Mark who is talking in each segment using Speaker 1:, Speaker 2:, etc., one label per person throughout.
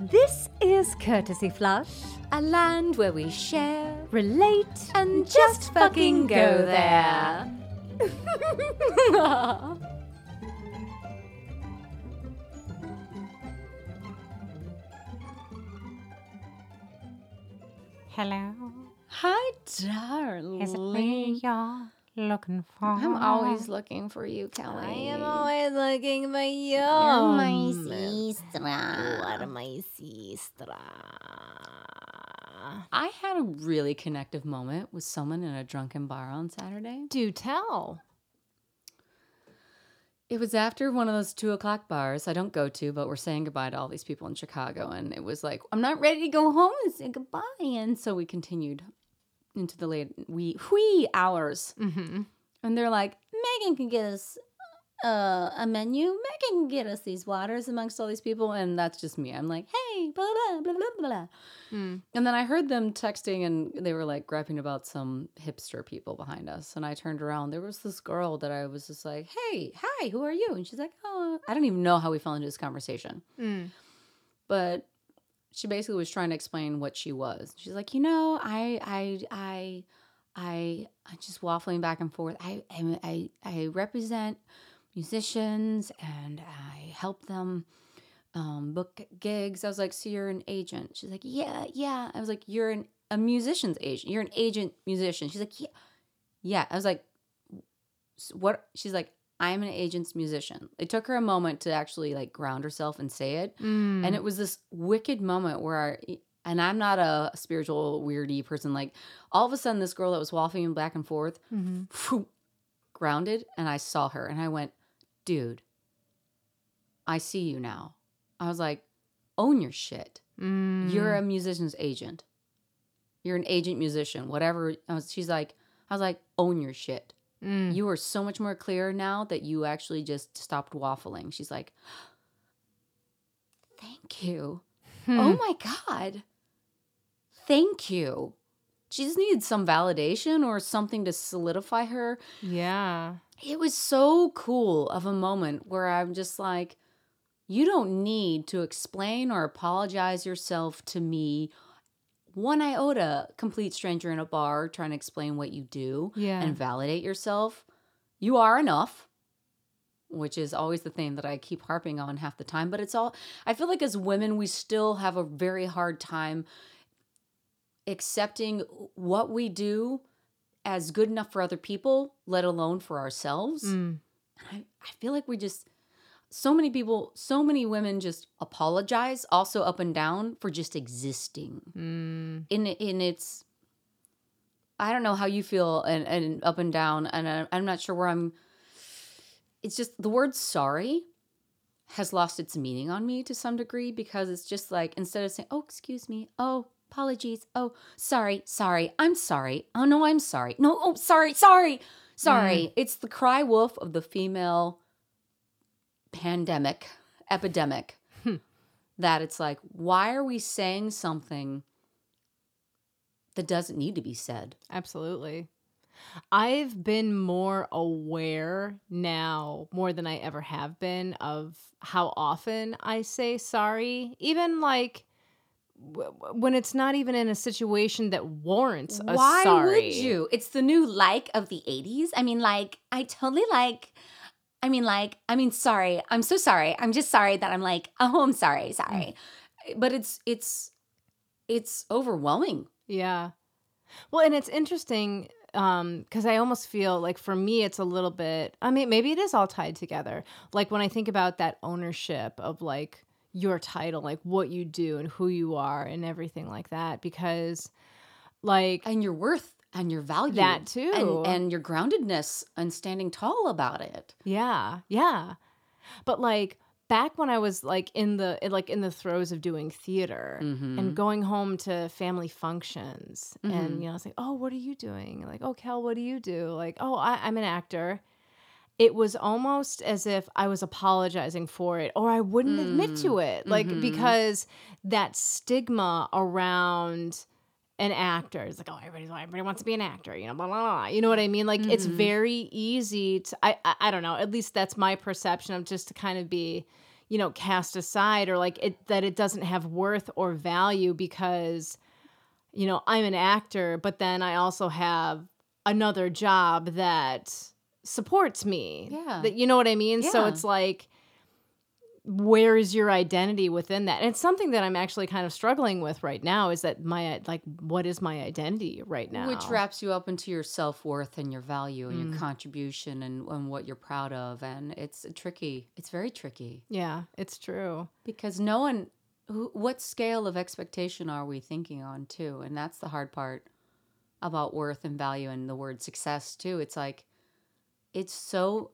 Speaker 1: This is Courtesy Flush, a land where we share, relate, and just, fucking go there.
Speaker 2: Hello.
Speaker 1: Hi, darling.
Speaker 2: Is it me you're looking for?
Speaker 3: I'm always looking for you, Kelly.
Speaker 1: Uh-huh. I am always looking for you.
Speaker 3: You're my sister.
Speaker 1: What am I, sister?
Speaker 3: I had a really connective moment with someone in a drunken bar on Saturday.
Speaker 1: Do tell.
Speaker 3: It was after one of those two o'clock bars I don't go to, but we're saying goodbye to all these people in Chicago. And it was like, I'm not ready to go home and say goodbye. And so we continued into the late wee, wee hours.
Speaker 1: Mm-hmm.
Speaker 3: And they're like, Megan can get us uh, a menu. Megan can get us these waters amongst all these people. And that's just me. I'm like, hey, blah, blah, blah, blah, blah.
Speaker 1: Mm.
Speaker 3: And then I heard them texting and they were like griping about some hipster people behind us. And I turned around. There was this girl that I was just like, hey, hi, who are you? And she's like, oh, I don't even know how we fell into this conversation.
Speaker 1: Mm.
Speaker 3: But she basically was trying to explain what she was. She's like, you know, I, I, I, I, I'm just waffling back and forth. I, I, I, I represent musicians and I help them um, book gigs. I was like, so you're an agent? She's like, yeah, yeah. I was like, you're an a musician's agent. You're an agent musician. She's like, yeah, yeah. I was like, "S- what? She's like, I'm an agent's musician. It took her a moment to actually like ground herself and say it,
Speaker 2: Mm. Mm-hmm.
Speaker 3: and it was this wicked moment where. I, e, and I'm not a spiritual weirdy person. Like all of a sudden, this girl that was waffling back and forth
Speaker 2: Mm-hmm.
Speaker 3: phew, grounded and I saw her and I went, dude, I see you now. I was like, own your shit.
Speaker 2: Mm.
Speaker 3: You're a musician's agent. You're an agent musician, whatever. I was, she's like, I was like, own your shit.
Speaker 2: Mm.
Speaker 3: You are so much more clear now that you actually just stopped waffling. She's like, thank you.
Speaker 2: Hmm.
Speaker 3: Oh
Speaker 2: Mm.
Speaker 3: my God. Thank you. She just needed some validation or something to solidify her
Speaker 2: yeah.
Speaker 3: it was so cool of a moment where I'm just like, you don't need to explain or apologize yourself to me. One iota, complete stranger in a bar trying to explain what you do
Speaker 2: Yeah.
Speaker 3: and validate yourself. You are enough, which is always the thing that I keep harping on half the time. But it's all, I feel like as women, we still have a very hard time accepting what we do as good enough for other people, let alone for ourselves.
Speaker 2: Mm.
Speaker 3: I, I feel like we just so many people so many women just apologize also up and down for just existing
Speaker 2: Mm.
Speaker 3: in in its i don't know how you feel and, and up and down and I, i'm not sure where i'm it's just the word sorry has lost its meaning on me to some degree because it's just like instead of saying oh excuse me oh apologies oh sorry sorry i'm sorry oh no i'm sorry no oh sorry sorry sorry it's the cry wolf of the female pandemic epidemic
Speaker 2: Hmm.
Speaker 3: that it's like why are we saying something that doesn't need to be said
Speaker 2: Absolutely. I've been more aware now, more than I ever have been, of how often I say sorry, even like w- w- when it's not even in a situation that warrants a
Speaker 3: why
Speaker 2: sorry.
Speaker 3: would you it's the new like of the 80s i mean like i totally like i mean like i mean sorry i'm so sorry i'm just sorry that i'm like oh i'm sorry sorry
Speaker 2: Mm.
Speaker 3: but it's it's it's overwhelming
Speaker 2: Yeah. Well, and it's interesting um because I almost feel like for me it's a little bit I mean maybe it is all tied together. Like when I think about that ownership of like your title, like what you do and who you are and everything like that because like
Speaker 3: and your worth and your value
Speaker 2: that too.
Speaker 3: and, and your groundedness and standing tall about it
Speaker 2: Yeah, yeah. But like back when I was like in the like in the throes of doing theater
Speaker 3: Mm-hmm.
Speaker 2: and going home to family functions, and you know, it's like, oh, what are you doing? Like, oh, Kel, what do you do? Like, oh, I, I'm an actor. It was almost as if I was apologizing for it, or I wouldn't admit to it, like because that stigma around an actor. It's like, oh, everybody, everybody wants to be an actor, you know, blah, blah, blah. You know what I mean? Like, it's
Speaker 3: Mm-hmm.
Speaker 2: very easy to, I, I, I don't know, at least that's my perception of just to kind of be, you know cast aside or like it that it doesn't have worth or value because you know I'm an actor but then I also have another job that supports me
Speaker 3: Yeah.
Speaker 2: that you know what I mean so
Speaker 3: Yeah.
Speaker 2: it's like where is your identity within that and it's something that I'm actually kind of struggling with right now is that my like what is my identity right now
Speaker 3: Which wraps you up into your self worth and your value and
Speaker 2: Mm.
Speaker 3: your contribution and, and what you're proud of. And it's tricky. It's very tricky
Speaker 2: yeah it's true
Speaker 3: because no one, who, what scale of expectation are we thinking on too? And that's the hard part about worth and value and the word success too. It's like, it's so,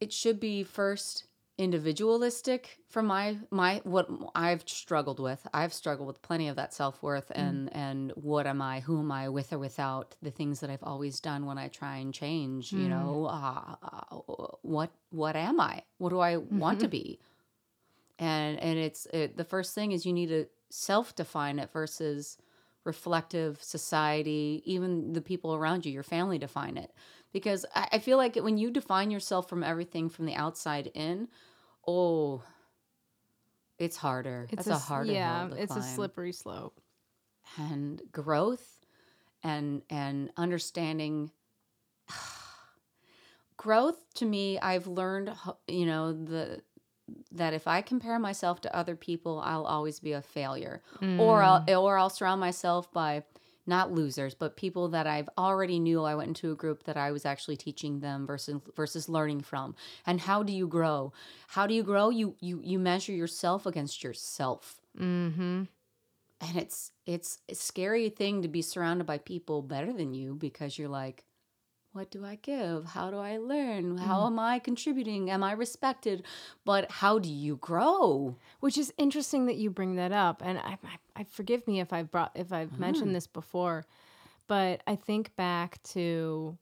Speaker 3: it should be first individualistic from my my what I've struggled with. I've struggled with plenty of that self-worth and and what am I, who am I with or without the things that I've always done when I try and change, you know, uh,
Speaker 2: Mm-hmm.
Speaker 3: uh, what what am I? What do I want to be? And and it's it, the first thing is you need to self-define it versus reflective society, even the people around you, your family define it. Because I, I feel like when you define yourself from everything from the outside in, oh, it's harder. It's That's a,
Speaker 2: s-
Speaker 3: harder
Speaker 2: yeah
Speaker 3: hill to
Speaker 2: it's a
Speaker 3: climb.
Speaker 2: slippery slope
Speaker 3: and growth and and understanding growth to me i've learned ho- you know the that if i compare myself to other people i'll always be a failure
Speaker 2: Mm,
Speaker 3: or i'll or i'll surround myself by not losers but people that i've already knew i went into a group that i was actually teaching them versus versus learning from and how do you grow how do you grow you you you measure yourself against yourself
Speaker 2: mm-hmm
Speaker 3: and it's it's a scary thing to be surrounded by people better than you because you're like what do i give how do i learn
Speaker 2: Mm.
Speaker 3: how am i contributing am i respected but how do you grow
Speaker 2: which is interesting that you bring that up and i, I, I forgive me if i've brought if i've
Speaker 3: Hmm.
Speaker 2: mentioned this before but i think back to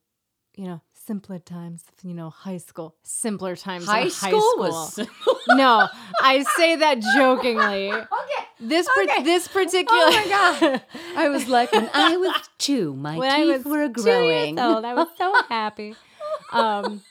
Speaker 2: you know simpler times you know high school simpler times in
Speaker 3: high school, was
Speaker 2: no i say that jokingly
Speaker 3: okay
Speaker 2: this per-
Speaker 3: Okay.
Speaker 2: this particular
Speaker 3: oh my god i was like when i was two my
Speaker 2: when I was
Speaker 3: teeth were
Speaker 2: two
Speaker 3: growing
Speaker 2: Years old, I was so happy. Um,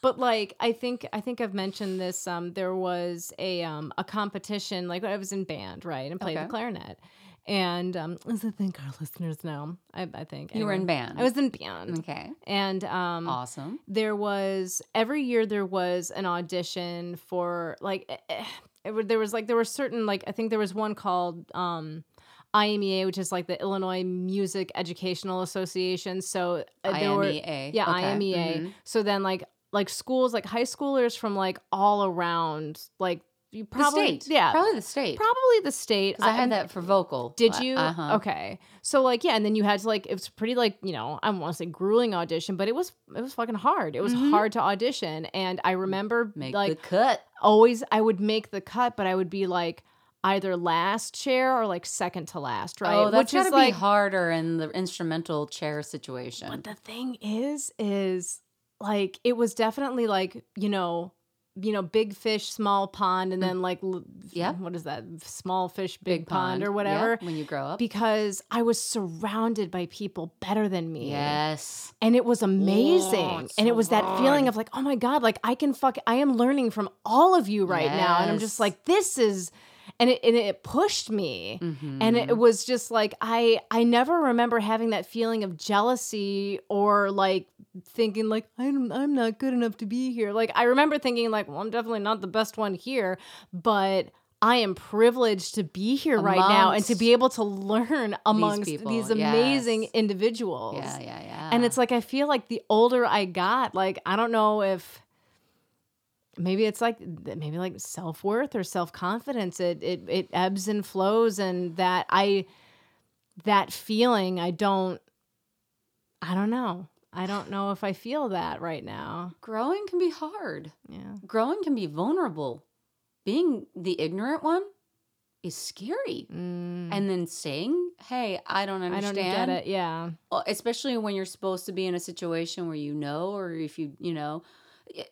Speaker 2: but like I think I think I've mentioned this. Um, there was a um, a competition like when I was in band, right, and played
Speaker 3: Okay.
Speaker 2: the clarinet. And um, as I think our listeners know, I, I think
Speaker 3: you were in
Speaker 2: anyway.
Speaker 3: band Mm.
Speaker 2: I was in band,
Speaker 3: okay
Speaker 2: and um,
Speaker 3: awesome
Speaker 2: there was every year there was an audition for like eh, eh, it, wa- there was like there were certain like I think there was one called um IMEA which is like the Illinois Music Educational Association so uh, there were
Speaker 3: IMEA.
Speaker 2: yeah
Speaker 3: E
Speaker 2: E
Speaker 3: Okay.
Speaker 2: IMEA
Speaker 3: Mhm.
Speaker 2: so then like like schools like high schoolers from like all around like you probably
Speaker 3: the state
Speaker 2: yeah probably,
Speaker 3: probably the state
Speaker 2: the state
Speaker 3: 'Cause I,
Speaker 2: I'm-
Speaker 3: had that for vocal
Speaker 2: did
Speaker 3: Uh,
Speaker 2: you?
Speaker 3: uh-huh.
Speaker 2: Okay. So like yeah, and then you had to like it was pretty like, you know, I want to say grueling audition, but it was it was fucking hard. It was hard to audition and I remember
Speaker 3: Mm-hmm. make
Speaker 2: like
Speaker 3: the cut
Speaker 2: always I would make the cut, but I would be like either last chair or like second to last, right?
Speaker 3: Oh,
Speaker 2: Which
Speaker 3: that's gotta
Speaker 2: is like
Speaker 3: be harder in the instrumental chair situation.
Speaker 2: But the thing is, is like it was definitely like you know, you know, big fish, small pond,
Speaker 3: Mm.
Speaker 2: and then like l-
Speaker 3: Yep.
Speaker 2: what is that? Small fish, big, pond, or whatever.
Speaker 3: yeah, when you grow up.
Speaker 2: Because I was surrounded by people better than me.
Speaker 3: yes.
Speaker 2: And it was amazing. and it was that feeling of like, oh my God, like I can fuck, I am learning from all of you right now. And I'm
Speaker 3: Yes.
Speaker 2: just like, this is, and it, and it pushed me. And
Speaker 3: Mm-hmm.
Speaker 2: it was just like, I, I never remember having that feeling of jealousy or like thinking like, I'm, I'm not good enough to be here. Like, I remember thinking like, well, I'm definitely not the best one here, but I am privileged to be here right now and to
Speaker 3: Amongst
Speaker 2: be able to learn amongst these,
Speaker 3: people,
Speaker 2: amazing
Speaker 3: yes.
Speaker 2: individuals.
Speaker 3: Yeah, yeah, yeah.
Speaker 2: And it's like I feel like the older I got, like I don't know if maybe it's like maybe like self worth or self confidence. It it it ebbs and flows, and that I that feeling I don't I don't know. I don't know if I feel that right now.
Speaker 3: growing can be hard.
Speaker 2: Yeah.
Speaker 3: Growing can be vulnerable. Being the ignorant one is scary.
Speaker 2: Mm,
Speaker 3: And then saying, "Hey, I don't
Speaker 2: I don't
Speaker 3: understand,"
Speaker 2: get it. Yeah.
Speaker 3: Uh, especially when you're supposed to be in a situation where you know, or if you, you know, i-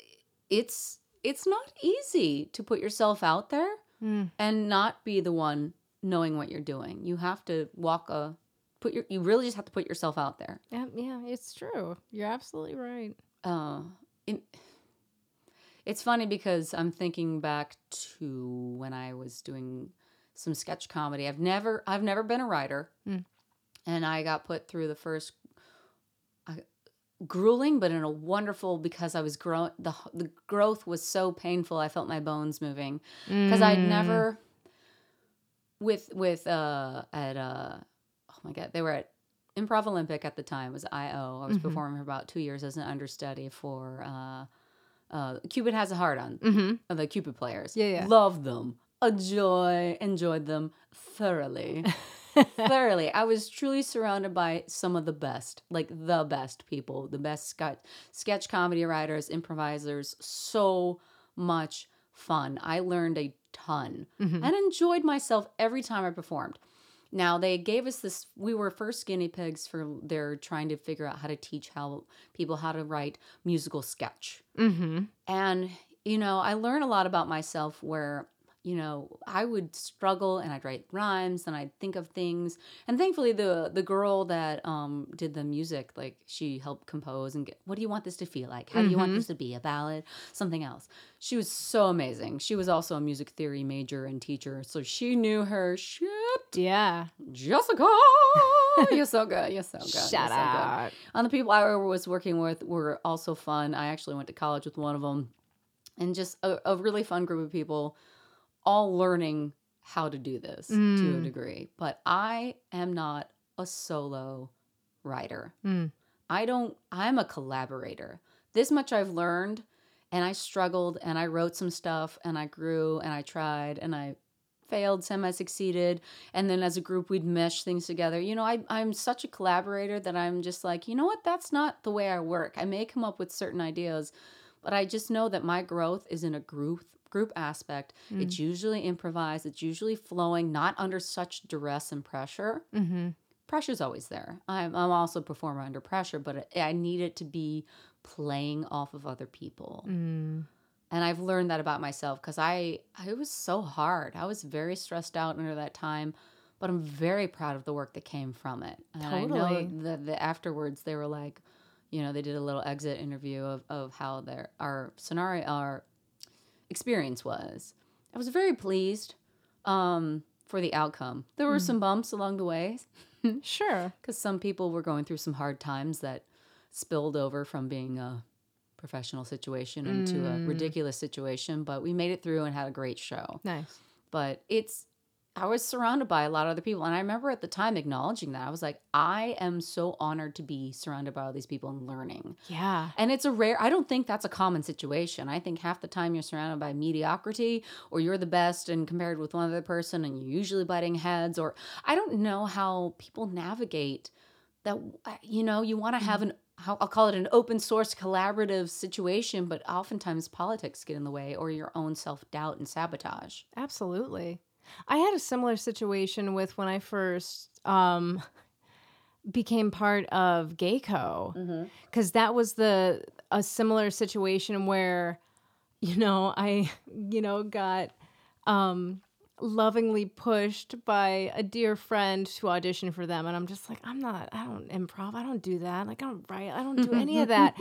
Speaker 3: it's it's not easy to put yourself out there.
Speaker 2: Mm.
Speaker 3: and not be the one knowing what you're doing. You have to walk a put your you really just have to put yourself out there.
Speaker 2: Yeah, yeah, it's true. You're absolutely right.
Speaker 3: Uh, in, Uh, It's funny because I'm thinking back to when I was doing some sketch comedy. I've never I've never been a writer.
Speaker 2: Mm.
Speaker 3: And I got put through the first I- grueling but in a wonderful because I was growing the the growth was so painful. I felt my bones moving because
Speaker 2: Hmm.
Speaker 3: I'd never with with uh at uh oh my god they were at Improv Olympic at the time It was IO I was
Speaker 2: Mhm.
Speaker 3: performing for about two years as an understudy for uh uh Cupid has a heart on
Speaker 2: Mm-hmm.
Speaker 3: uh, the Cupid players
Speaker 2: Yeah, yeah.
Speaker 3: loved them a joy enjoyed them thoroughly thoroughly I was truly surrounded by some of the best like the best people the best sketch sketch comedy writers improvisers so much fun I learned a ton
Speaker 2: hmm
Speaker 3: and enjoyed myself every time I performed. Now they gave us this. We were first guinea pigs for their trying to figure out how to teach how people how to write musical sketch.
Speaker 2: hmm
Speaker 3: And you know, I learned a lot about myself where you know I would struggle and I'd write rhymes and I'd think of things. And thankfully, the the girl that um did the music, like she helped compose and get. What do you want this to feel like? How do you want
Speaker 2: Mhm.
Speaker 3: this to be? A ballad, something else. She was so amazing. She was also a music theory major and teacher, so she knew her shit.
Speaker 2: Yeah.
Speaker 3: Oh, Jessica, you're so good. You're so good.
Speaker 2: Shut
Speaker 3: you're so good.
Speaker 2: up.
Speaker 3: And the people I was working with were also fun. I actually went to college with one of them, and just a, a really fun group of people, all learning how to do this to a
Speaker 2: Mm.
Speaker 3: degree. But I am not a solo writer.
Speaker 2: Mm.
Speaker 3: I don't, I'm a collaborator. This much I've learned, and I struggled, and I wrote some stuff, and I grew, and I tried, and I failed, semi succeeded. And then as a group, we'd mesh things together. You know, I, I'm such a collaborator that I'm just like, you know what? That's not the way I work. I may come up with certain ideas, but I just know that my growth is in a group group aspect
Speaker 2: Mm.
Speaker 3: it's usually improvised it's usually flowing not under such duress and pressure
Speaker 2: Mm-hmm.
Speaker 3: pressure's always there. I'm, I'm also a performer under pressure, but I, I need it to be playing off of other people.
Speaker 2: Mm.
Speaker 3: And I've learned that about myself because I, I was so hard. I was very stressed out under that time, but I'm very proud of the work that came from it. And I
Speaker 2: Totally.
Speaker 3: know that the afterwards they were like, you know, they did a little exit interview of, of how their our scenario our experience was. I was very pleased um, for the outcome. There were some bumps along the way,
Speaker 2: Sure.
Speaker 3: because some people were going through some hard times that spilled over from being a professional situation into a
Speaker 2: Mm.
Speaker 3: ridiculous situation but we made it through and had a great show
Speaker 2: Nice.
Speaker 3: but it's i was surrounded by a lot of other people and i remember at the time acknowledging that i was like i am so honored to be surrounded by all these people and learning
Speaker 2: Yeah.
Speaker 3: and it's a rare, I don't think that's a common situation. I think half the time you're surrounded by mediocrity or you're the best and compared with one other person and you're usually butting heads, or I don't know how people navigate that. uh, You know, you want to have
Speaker 2: Mm-hmm.
Speaker 3: an, how- I'll call it an open source collaborative situation, but oftentimes politics get in the way or your own self doubt and sabotage.
Speaker 2: Absolutely. I had a similar situation with when I first um, became part of Geico. because that was the a similar situation where you know i you know got um lovingly pushed by a dear friend to audition for them and i'm just like i'm not i don't improv i don't do that like i don't write i don't do any of that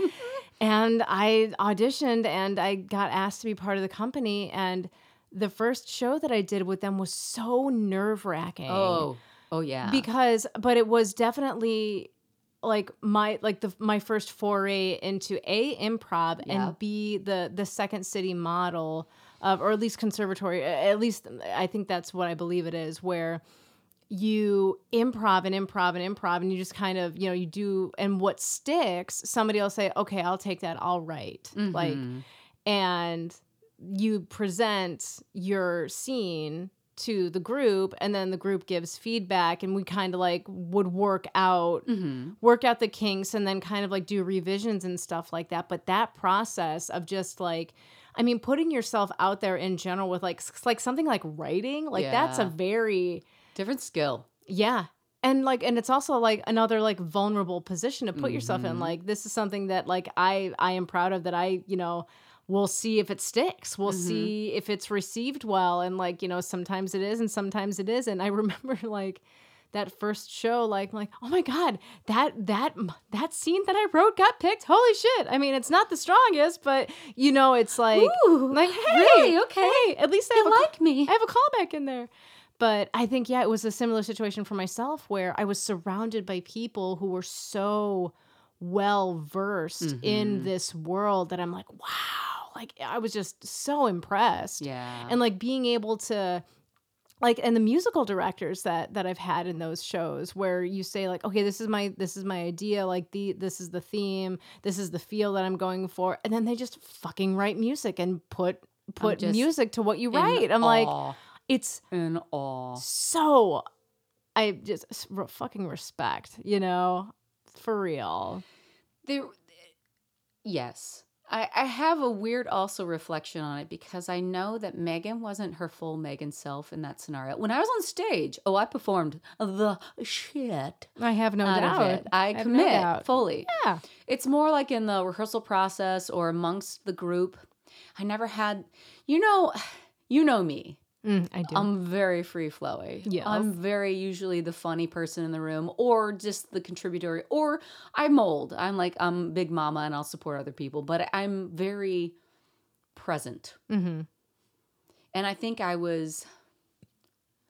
Speaker 2: and i auditioned and i got asked to be part of the company and the first show that i did with them was so nerve-wracking
Speaker 3: Oh, oh, yeah.
Speaker 2: because but it was definitely like my like the my first foray into a improv
Speaker 3: Yeah.
Speaker 2: and b the the second city model of or at least conservatory a- at least i think that's what i believe it is where you improv and improv and improv and you just kind of you know you do and what sticks somebody will say okay i'll take that i'll write like
Speaker 3: Mhm.
Speaker 2: and you present your scene to the group and then the group gives feedback and we kind of like would work out
Speaker 3: Mhm.
Speaker 2: work out the kinks and then kind of like do revisions and stuff like that but that process of just like i mean putting yourself out there in general with like s- like something like writing like that's a
Speaker 3: Yeah.
Speaker 2: very
Speaker 3: different skill.
Speaker 2: yeah. And like and it's also like another like vulnerable position to put yourself in.
Speaker 3: Mhm.
Speaker 2: Like this is something that like I I am proud of that I, you know, we'll see if it sticks. We'll
Speaker 3: Mhm.
Speaker 2: see if it's received well and like, you know, sometimes it is and sometimes it isn't. I remember like that first show like like oh my god that that that scene that I wrote got picked holy shit I mean it's not the strongest but you know it's like
Speaker 3: Ooh,
Speaker 2: like hey
Speaker 3: really? Okay.
Speaker 2: hey, at least I have
Speaker 3: You
Speaker 2: a cl-
Speaker 3: like me.
Speaker 2: I have a callback in there but I think yeah it was a similar situation for myself where I was surrounded by people who were so well versed
Speaker 3: Mm-hmm.
Speaker 2: in this world that I'm like wow like I was just so impressed
Speaker 3: Yeah.
Speaker 2: and like being able to like and the musical directors that that I've had in those shows where you say like okay this is my this is my idea like the this is the theme this is the feel that I'm going for and then they just fucking write music and put put
Speaker 3: just
Speaker 2: music to what you
Speaker 3: In
Speaker 2: write I'm like
Speaker 3: awe.
Speaker 2: it's
Speaker 3: in awe.
Speaker 2: so I just s- r- fucking respect you know for real
Speaker 3: There, yes. I, I have a weird also reflection on it because I know that Megan wasn't her full Megan self in that scenario. When I was on stage, oh, I performed the shit
Speaker 2: I have no
Speaker 3: out
Speaker 2: doubt
Speaker 3: of it. I,
Speaker 2: have no
Speaker 3: commit
Speaker 2: doubt.
Speaker 3: fully.
Speaker 2: yeah
Speaker 3: It's more like in the rehearsal process or amongst the group. I never had, you know, you know me.
Speaker 2: Mm, I do
Speaker 3: I'm very free flowy.
Speaker 2: Yes.
Speaker 3: I'm very usually the funny person in the room or just the contributor or I mold. I'm like I'm big mama and I'll support other people, but I'm very present.
Speaker 2: mm-hmm.
Speaker 3: And I think I was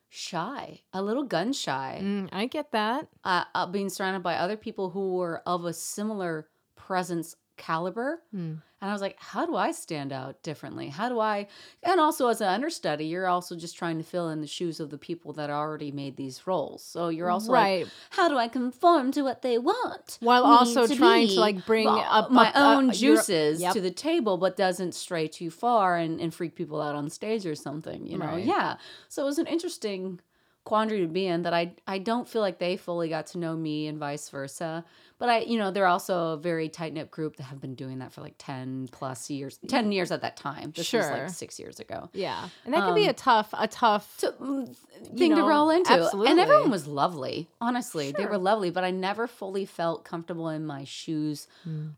Speaker 3: shy, a little gun shy,
Speaker 2: mm, I get that
Speaker 3: uh, uh, being surrounded by other people who were of a similar presence caliber.
Speaker 2: Mm.
Speaker 3: And I was like, how do I stand out differently? How do I? And also, as an understudy, you're also just trying to fill in the shoes of the people that already made these roles. So you're also like,
Speaker 2: right
Speaker 3: how do I conform to what they want?
Speaker 2: While
Speaker 3: me
Speaker 2: also trying to,
Speaker 3: be?
Speaker 2: like, bring
Speaker 3: Well,
Speaker 2: up-
Speaker 3: my
Speaker 2: up- up
Speaker 3: own
Speaker 2: your-
Speaker 3: juices
Speaker 2: Yep.
Speaker 3: to the table, but doesn't stray too far and, and freak people out on stage or something, you know?
Speaker 2: Right.
Speaker 3: Yeah. So it was an interesting quandary to be in that I I don't feel like they fully got to know me and vice versa. But I, you know, they're also a very tight knit group that have been doing that for like 10 plus years, 10 years at that time. This was
Speaker 2: Sure.
Speaker 3: like six years ago.
Speaker 2: Yeah, and that can
Speaker 3: Um,
Speaker 2: be a tough, a tough.
Speaker 3: to, mm, thing
Speaker 2: know,
Speaker 3: to roll into. And
Speaker 2: absolutely.
Speaker 3: everyone was lovely. Honestly, they were lovely, but I never fully felt comfortable in my shoes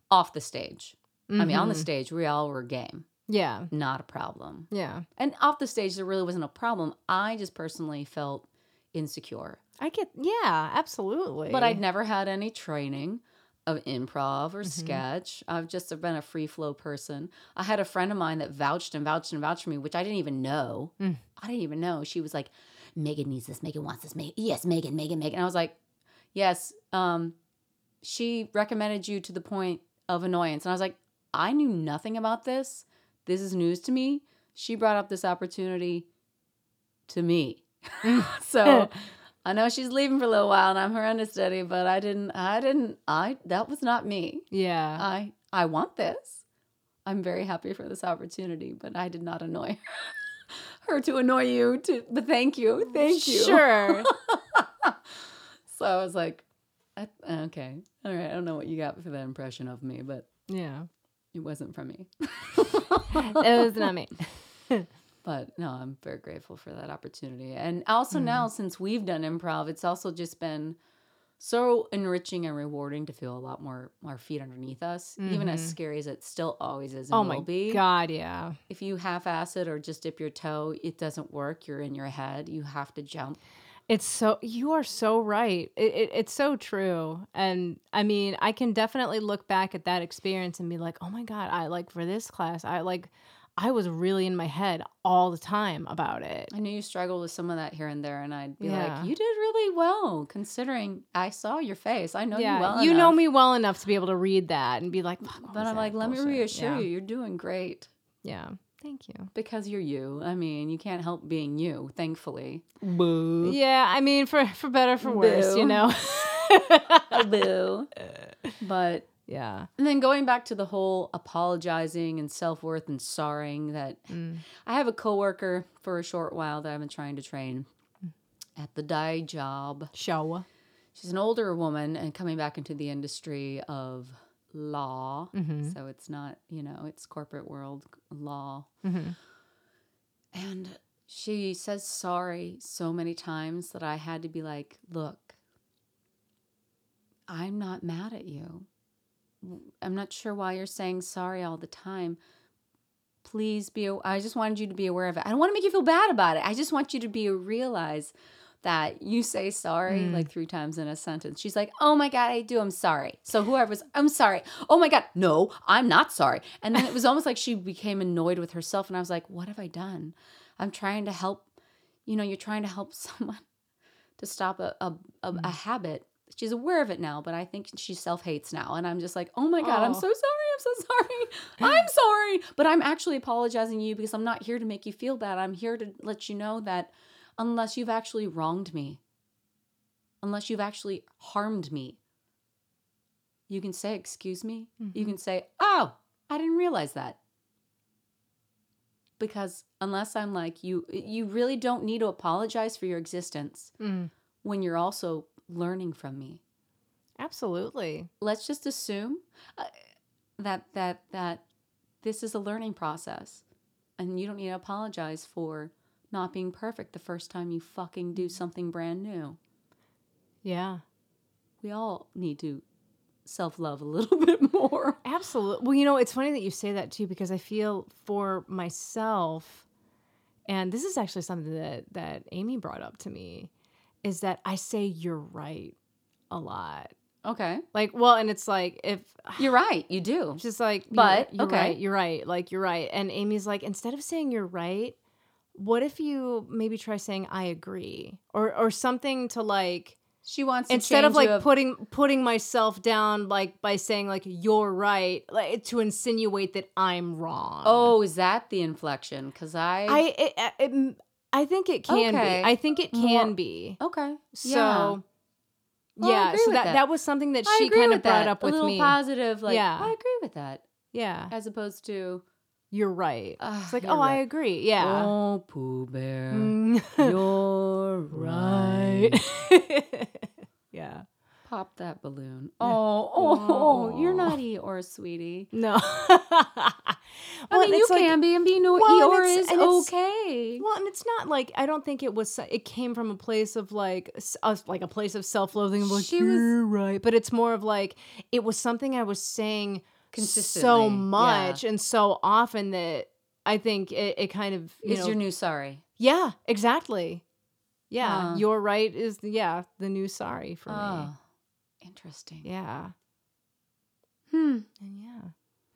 Speaker 3: off the stage. I mean, on
Speaker 2: Mm-hmm.
Speaker 3: the stage, we all were game.
Speaker 2: yeah,
Speaker 3: Not a problem.
Speaker 2: yeah,
Speaker 3: And off the stage, there really wasn't a problem. I just personally felt insecure.
Speaker 2: I get. Yeah, absolutely.
Speaker 3: But I'd never had any training of improv or sketch. I've just been a free flow person. I had a friend of mine that vouched and vouched and vouched for me, which I didn't even know.
Speaker 2: Mm.
Speaker 3: I didn't even know. She was like, Megan needs this, Megan wants this, Megan, yes, Megan, Megan, Megan. And I was like, yes, um, she recommended you to the point of annoyance. And I was like, I knew nothing about this. This is news to me. She brought up this opportunity to me. so I know she's leaving for a little while and I'm her understudy, but I didn't I didn't I that was not me.
Speaker 2: Yeah,
Speaker 3: I I want this. I'm very happy for this opportunity, but I did not annoy her, her to annoy you to but thank you. Oh, Thank you.
Speaker 2: Sure.
Speaker 3: So I was like, I, okay. All right, I don't know what you got for that impression of me, but
Speaker 2: yeah,
Speaker 3: it wasn't from me.
Speaker 2: it was not me.
Speaker 3: But no, I'm very grateful for that opportunity. And also now
Speaker 2: Mm.
Speaker 3: since we've done improv, it's also just been so enriching and rewarding to feel a lot more our feet underneath us, even as scary as it still always is and
Speaker 2: Mm-hmm. Oh
Speaker 3: will
Speaker 2: my
Speaker 3: be.
Speaker 2: god, yeah.
Speaker 3: If you half-ass it or just dip your toe, it doesn't work. You're in your head. You have to jump.
Speaker 2: It's so you are so right. It, it, it's so true, and I mean, I can definitely look back at that experience and be like, oh my god, I like for this class, I like, I was really in my head all the time about it.
Speaker 3: I knew you struggled with some of that here and there, and I'd be
Speaker 2: Yeah.
Speaker 3: like, "You did really well, considering I saw your face. I know
Speaker 2: yeah,
Speaker 3: you well.
Speaker 2: you know
Speaker 3: enough."
Speaker 2: me well enough to be able to read that and be like, "Fuck, what
Speaker 3: But
Speaker 2: was
Speaker 3: I'm
Speaker 2: that
Speaker 3: like, let
Speaker 2: bullshit?"
Speaker 3: me reassure
Speaker 2: Yeah.
Speaker 3: you, you're doing great
Speaker 2: Yeah. Thank you.
Speaker 3: because you're you. I mean, you can't help being you. Thankfully,
Speaker 2: Yeah, I mean, for for better for worse, you
Speaker 3: Boo.
Speaker 2: know.
Speaker 3: boo. But
Speaker 2: yeah.
Speaker 3: And then going back to the whole apologizing and self worth and sorrying that
Speaker 2: mm.
Speaker 3: I have a coworker for a short while that I've been trying to train at the dye job.
Speaker 2: Show.
Speaker 3: She's an older woman and coming back into the industry of law.
Speaker 2: Mm-hmm,
Speaker 3: So it's not, you know, it's corporate world law.
Speaker 2: mm-hmm,
Speaker 3: And she says sorry so many times that I had to be like, look, I'm not mad at you. I'm not sure why you're saying sorry all the time. Please be, I just wanted you to be aware of it. I don't want to make you feel bad about it. I just want you to be realize that you say sorry like three times in a sentence. She's like, "Oh my god, I do. I'm sorry." So whoever's, "I'm sorry." "Oh my god, no, I'm not sorry." And then it was almost like she became annoyed with herself and I was like, "What have I done? I'm trying to help, you know, you're trying to help someone to stop a a, a, a habit." She's aware of it now, but I think she self-hates now and I'm just like, "Oh my god, I'm
Speaker 2: Oh.
Speaker 3: so sorry. I'm so sorry. I'm sorry." But I'm actually apologizing to you because I'm not here to make you feel bad. I'm here to let you know that unless you've actually wronged me, unless you've actually harmed me. You can say, Excuse me. You can say, Oh, I didn't realize that. Because unless I'm like, you, you really don't need to apologize for your existence
Speaker 2: Mm.
Speaker 3: when you're also learning from me
Speaker 2: Absolutely.
Speaker 3: let's just assume uh, that that that this is a learning process and you don't need to apologize for not being perfect the first time you fucking do something brand new
Speaker 2: Yeah.
Speaker 3: we all need to self-love a little bit more
Speaker 2: Absolutely. Well, you know, it's funny that you say that too because I feel for myself, and this is actually something that that Amy brought up to me, is that I say you're right a lot.
Speaker 3: okay
Speaker 2: Like, well, and it's like if
Speaker 3: you're right you do
Speaker 2: she's like, you-
Speaker 3: But,
Speaker 2: you're
Speaker 3: okay.
Speaker 2: right, you're right, like you're right, and Amy's like, instead of saying you're right, what if you maybe try saying I agree or or something to like
Speaker 3: she wants to
Speaker 2: instead of
Speaker 3: change
Speaker 2: like
Speaker 3: you
Speaker 2: putting putting myself down like by saying like you're right like to insinuate that i'm wrong
Speaker 3: oh is that the inflection because i,
Speaker 2: i it, it, i think it can
Speaker 3: Okay.
Speaker 2: be i think it can
Speaker 3: More-
Speaker 2: be
Speaker 3: okay yeah.
Speaker 2: so
Speaker 3: Well, I
Speaker 2: yeah
Speaker 3: agree
Speaker 2: so
Speaker 3: with
Speaker 2: that,
Speaker 3: that.
Speaker 2: that was something that
Speaker 3: I
Speaker 2: she
Speaker 3: agree
Speaker 2: kind of
Speaker 3: with
Speaker 2: brought
Speaker 3: that.
Speaker 2: up
Speaker 3: a
Speaker 2: with
Speaker 3: little
Speaker 2: me
Speaker 3: positive like
Speaker 2: Yeah.
Speaker 3: i agree with that
Speaker 2: yeah
Speaker 3: as opposed to
Speaker 2: you're right
Speaker 3: "Ah,
Speaker 2: it's like
Speaker 3: you're
Speaker 2: oh i
Speaker 3: right."
Speaker 2: agree yeah
Speaker 3: oh pooh bear
Speaker 2: Mm.
Speaker 3: You're
Speaker 2: right yeah
Speaker 3: Pop that balloon. Oh, oh, oh, you're not Eeyore, sweetie.
Speaker 2: no
Speaker 3: I mean, you can be and be no
Speaker 2: Well, and
Speaker 3: Eeyore
Speaker 2: it's-
Speaker 3: is
Speaker 2: and it's-
Speaker 3: okay.
Speaker 2: Well, and it's not like I don't think it was. It came from a place of like, s- uh, like a place of self-loathing. Like
Speaker 3: She was-
Speaker 2: you're right, but it's more of like it was something I was saying
Speaker 3: Consistently,
Speaker 2: so much and so often that I think it, it kind of you
Speaker 3: Is
Speaker 2: know,
Speaker 3: your new sorry?
Speaker 2: yeah, exactly, yeah.
Speaker 3: Huh.
Speaker 2: You're right is yeah the new sorry for
Speaker 3: Oh, interesting.
Speaker 2: me. Yeah,
Speaker 3: Hmm.
Speaker 2: and yeah,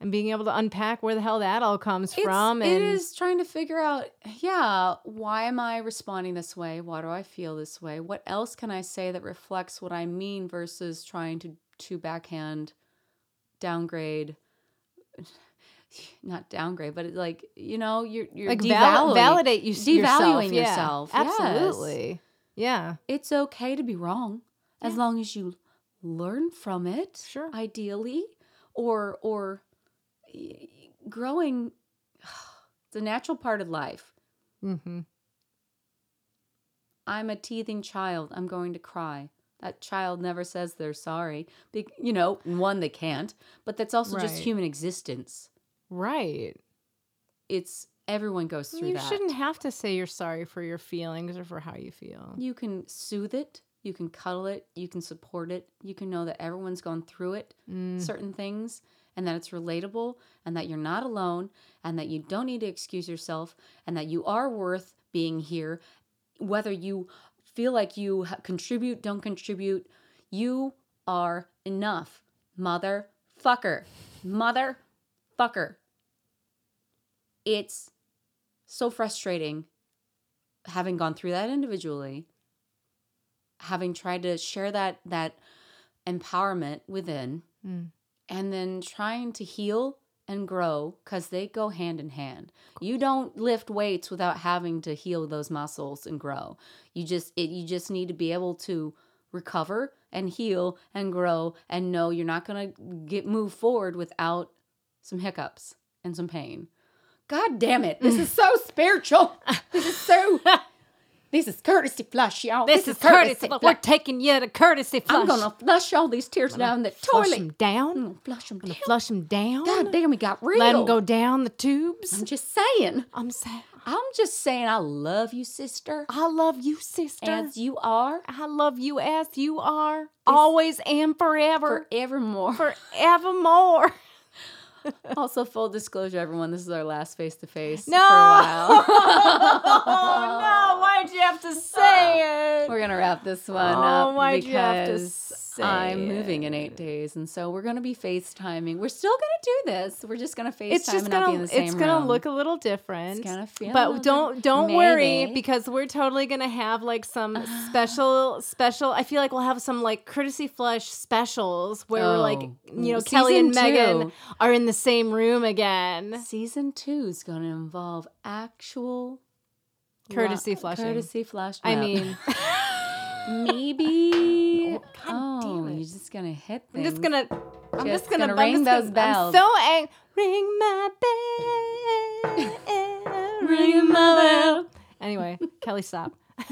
Speaker 2: and being able to unpack where the hell that all comes
Speaker 3: It's-
Speaker 2: from. And
Speaker 3: it is trying to figure out, yeah, why am I responding this way? Why do I feel this way? What else can I say that reflects what I mean versus trying to to backhand, downgrade, not downgrade, but it, like you know, you're you're
Speaker 2: like val-
Speaker 3: devaluing.
Speaker 2: validate you
Speaker 3: devaluing
Speaker 2: yeah.
Speaker 3: yourself, yes.
Speaker 2: Absolutely, yeah.
Speaker 3: it's okay to be wrong as long as you learn from it
Speaker 2: Sure.
Speaker 3: ideally or or y- growing it's a natural part of life
Speaker 2: Mm-hmm.
Speaker 3: i'm a teething child i'm going to cry that child never says they're sorry Be- you know one they can't but that's also just
Speaker 2: Right.
Speaker 3: human existence
Speaker 2: Right.
Speaker 3: it's everyone goes through
Speaker 2: you
Speaker 3: that
Speaker 2: shouldn't have to say you're sorry for your feelings or for how you feel.
Speaker 3: You can soothe it, you can cuddle it, you can support it, you can know that everyone's gone through it,
Speaker 2: Mm-hmm. Mm.
Speaker 3: certain things, and that it's relatable, and that you're not alone, and that you don't need to excuse yourself, and that you are worth being here, whether you feel like you ha- contribute, don't contribute, you are enough, mother fucker, mother fucker. It's so frustrating having gone through that individually having tried to share that that empowerment within
Speaker 2: Mm.
Speaker 3: and then trying to heal and grow cuz they go hand in hand. You don't lift weights without having to heal those muscles and grow. You just it, you just need to be able to recover and heal and grow and know you're not going to get move forward without some hiccups and some pain. God damn it. This is so spiritual. This is so This is courtesy flush, y'all.
Speaker 2: This, is courtesy. We're taking you to courtesy flush.
Speaker 3: I'm gonna flush all these tears down the
Speaker 2: flush
Speaker 3: toilet.
Speaker 2: them down.
Speaker 3: I'm gonna flush them down.
Speaker 2: Flush them down.
Speaker 3: God damn, it got real.
Speaker 2: Let them go down the tubes.
Speaker 3: I'm just saying.
Speaker 2: I'm sad.
Speaker 3: I'm just saying. I love you, sister,
Speaker 2: I love you, sister.
Speaker 3: as you are
Speaker 2: I love you as you are. Always and forever.
Speaker 3: forevermore.
Speaker 2: forevermore.
Speaker 3: also, full disclosure, everyone, this is our last face to face for a
Speaker 2: No.
Speaker 3: while.
Speaker 2: oh, no. Why'd you have to say it?
Speaker 3: We're gonna wrap this one
Speaker 2: Oh,
Speaker 3: up
Speaker 2: why'd you have to
Speaker 3: because
Speaker 2: say
Speaker 3: I'm moving in eight days, and so we're gonna be FaceTiming. We're still gonna do this. We're just gonna FaceTime
Speaker 2: it's just
Speaker 3: and not be in
Speaker 2: gonna
Speaker 3: the same
Speaker 2: it's gonna
Speaker 3: room.
Speaker 2: look a little different
Speaker 3: It's gonna feel a
Speaker 2: but
Speaker 3: little
Speaker 2: don't
Speaker 3: bit-
Speaker 2: don't worry
Speaker 3: maybe. Uh-huh.
Speaker 2: because we're totally gonna have like some special special i feel like we'll have some like courtesy flush specials where we're like
Speaker 3: Oh.
Speaker 2: you know
Speaker 3: Mm,
Speaker 2: kelly and
Speaker 3: season
Speaker 2: megan
Speaker 3: two.
Speaker 2: are in the same room again
Speaker 3: Season two is gonna involve actual
Speaker 2: courtesy
Speaker 3: lo-
Speaker 2: flushing
Speaker 3: Courtesy flush.
Speaker 2: i
Speaker 3: no.
Speaker 2: mean
Speaker 3: maybe.
Speaker 2: God damn
Speaker 3: oh,
Speaker 2: it.
Speaker 3: you're just gonna hit.
Speaker 2: i'm
Speaker 3: things.
Speaker 2: just gonna i'm just
Speaker 3: Just
Speaker 2: gonna,
Speaker 3: gonna
Speaker 2: I'm
Speaker 3: ring
Speaker 2: just
Speaker 3: those
Speaker 2: gonna-
Speaker 3: bells.
Speaker 2: i'm so angry ring my bell
Speaker 3: Ring my bell.
Speaker 2: anyway kelly stop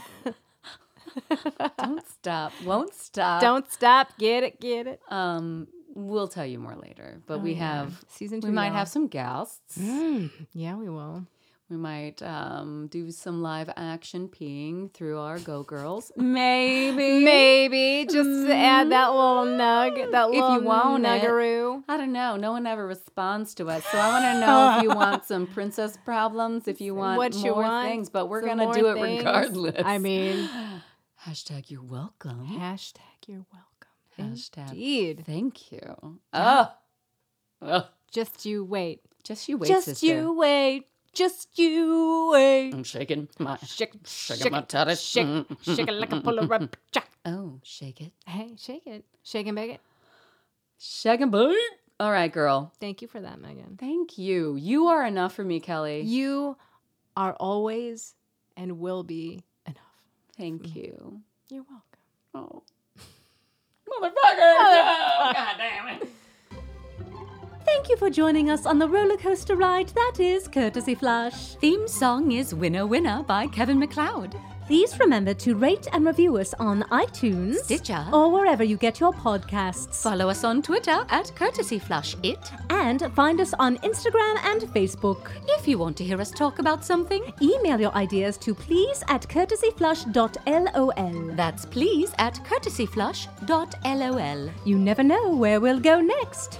Speaker 3: Don't stop. Won't stop.
Speaker 2: don't stop get it get it
Speaker 3: Um, we'll tell you more later.
Speaker 2: Oh,
Speaker 3: But we have.
Speaker 2: season two
Speaker 3: We might
Speaker 2: y'all.
Speaker 3: have some guests.
Speaker 2: Mm, yeah, we will.
Speaker 3: We might um, do some live action peeing through our Go Girls. Maybe.
Speaker 2: Maybe just to add that little nug, that
Speaker 3: If you
Speaker 2: little
Speaker 3: want it.
Speaker 2: nuggaroo.
Speaker 3: I don't know. No one ever responds to us. So I want to know if you want some princess problems, if you want
Speaker 2: What you
Speaker 3: more
Speaker 2: want,
Speaker 3: things, but we're
Speaker 2: some
Speaker 3: going to
Speaker 2: more
Speaker 3: do it
Speaker 2: things.
Speaker 3: regardless.
Speaker 2: I mean,
Speaker 3: hashtag you're welcome.
Speaker 2: hashtag you're welcome.
Speaker 3: Hashtag
Speaker 2: Indeed.
Speaker 3: thank you. Oh. oh.
Speaker 2: Just you wait.
Speaker 3: Just you wait,
Speaker 2: just
Speaker 3: sister.
Speaker 2: you wait. Just you wait.
Speaker 3: I'm shaking my
Speaker 2: Mm. Shake,
Speaker 3: Shake
Speaker 2: shake
Speaker 3: my
Speaker 2: it,
Speaker 3: titties.
Speaker 2: Shake, shake it like a Polaroid picture.
Speaker 3: Oh, shake it.
Speaker 2: Mm. Hey, shake it. Shake and bake it.
Speaker 3: Shake and bake. All right, girl.
Speaker 2: Thank you for that, Megan.
Speaker 3: Thank you. You are enough for me, Kelly.
Speaker 2: You are always and will be enough.
Speaker 3: Thank you.
Speaker 2: You're welcome.
Speaker 3: Oh. Motherfucker! God damn it.
Speaker 1: Thank you for joining us on the roller coaster ride that is Courtesy Flush.
Speaker 3: Theme song is Winner Winner by Kevin McLeod.
Speaker 1: Please remember to rate and review us on iTunes,
Speaker 3: Stitcher.
Speaker 1: or wherever you get your podcasts.
Speaker 3: Follow us on Twitter at Courtesy Flush It.
Speaker 1: And find us on Instagram and Facebook.
Speaker 3: If you want to hear us talk about something,
Speaker 1: Email your ideas to please at courtesyflush.lol.
Speaker 3: that's please at courtesyflush.lol.
Speaker 1: You never know where we'll go next.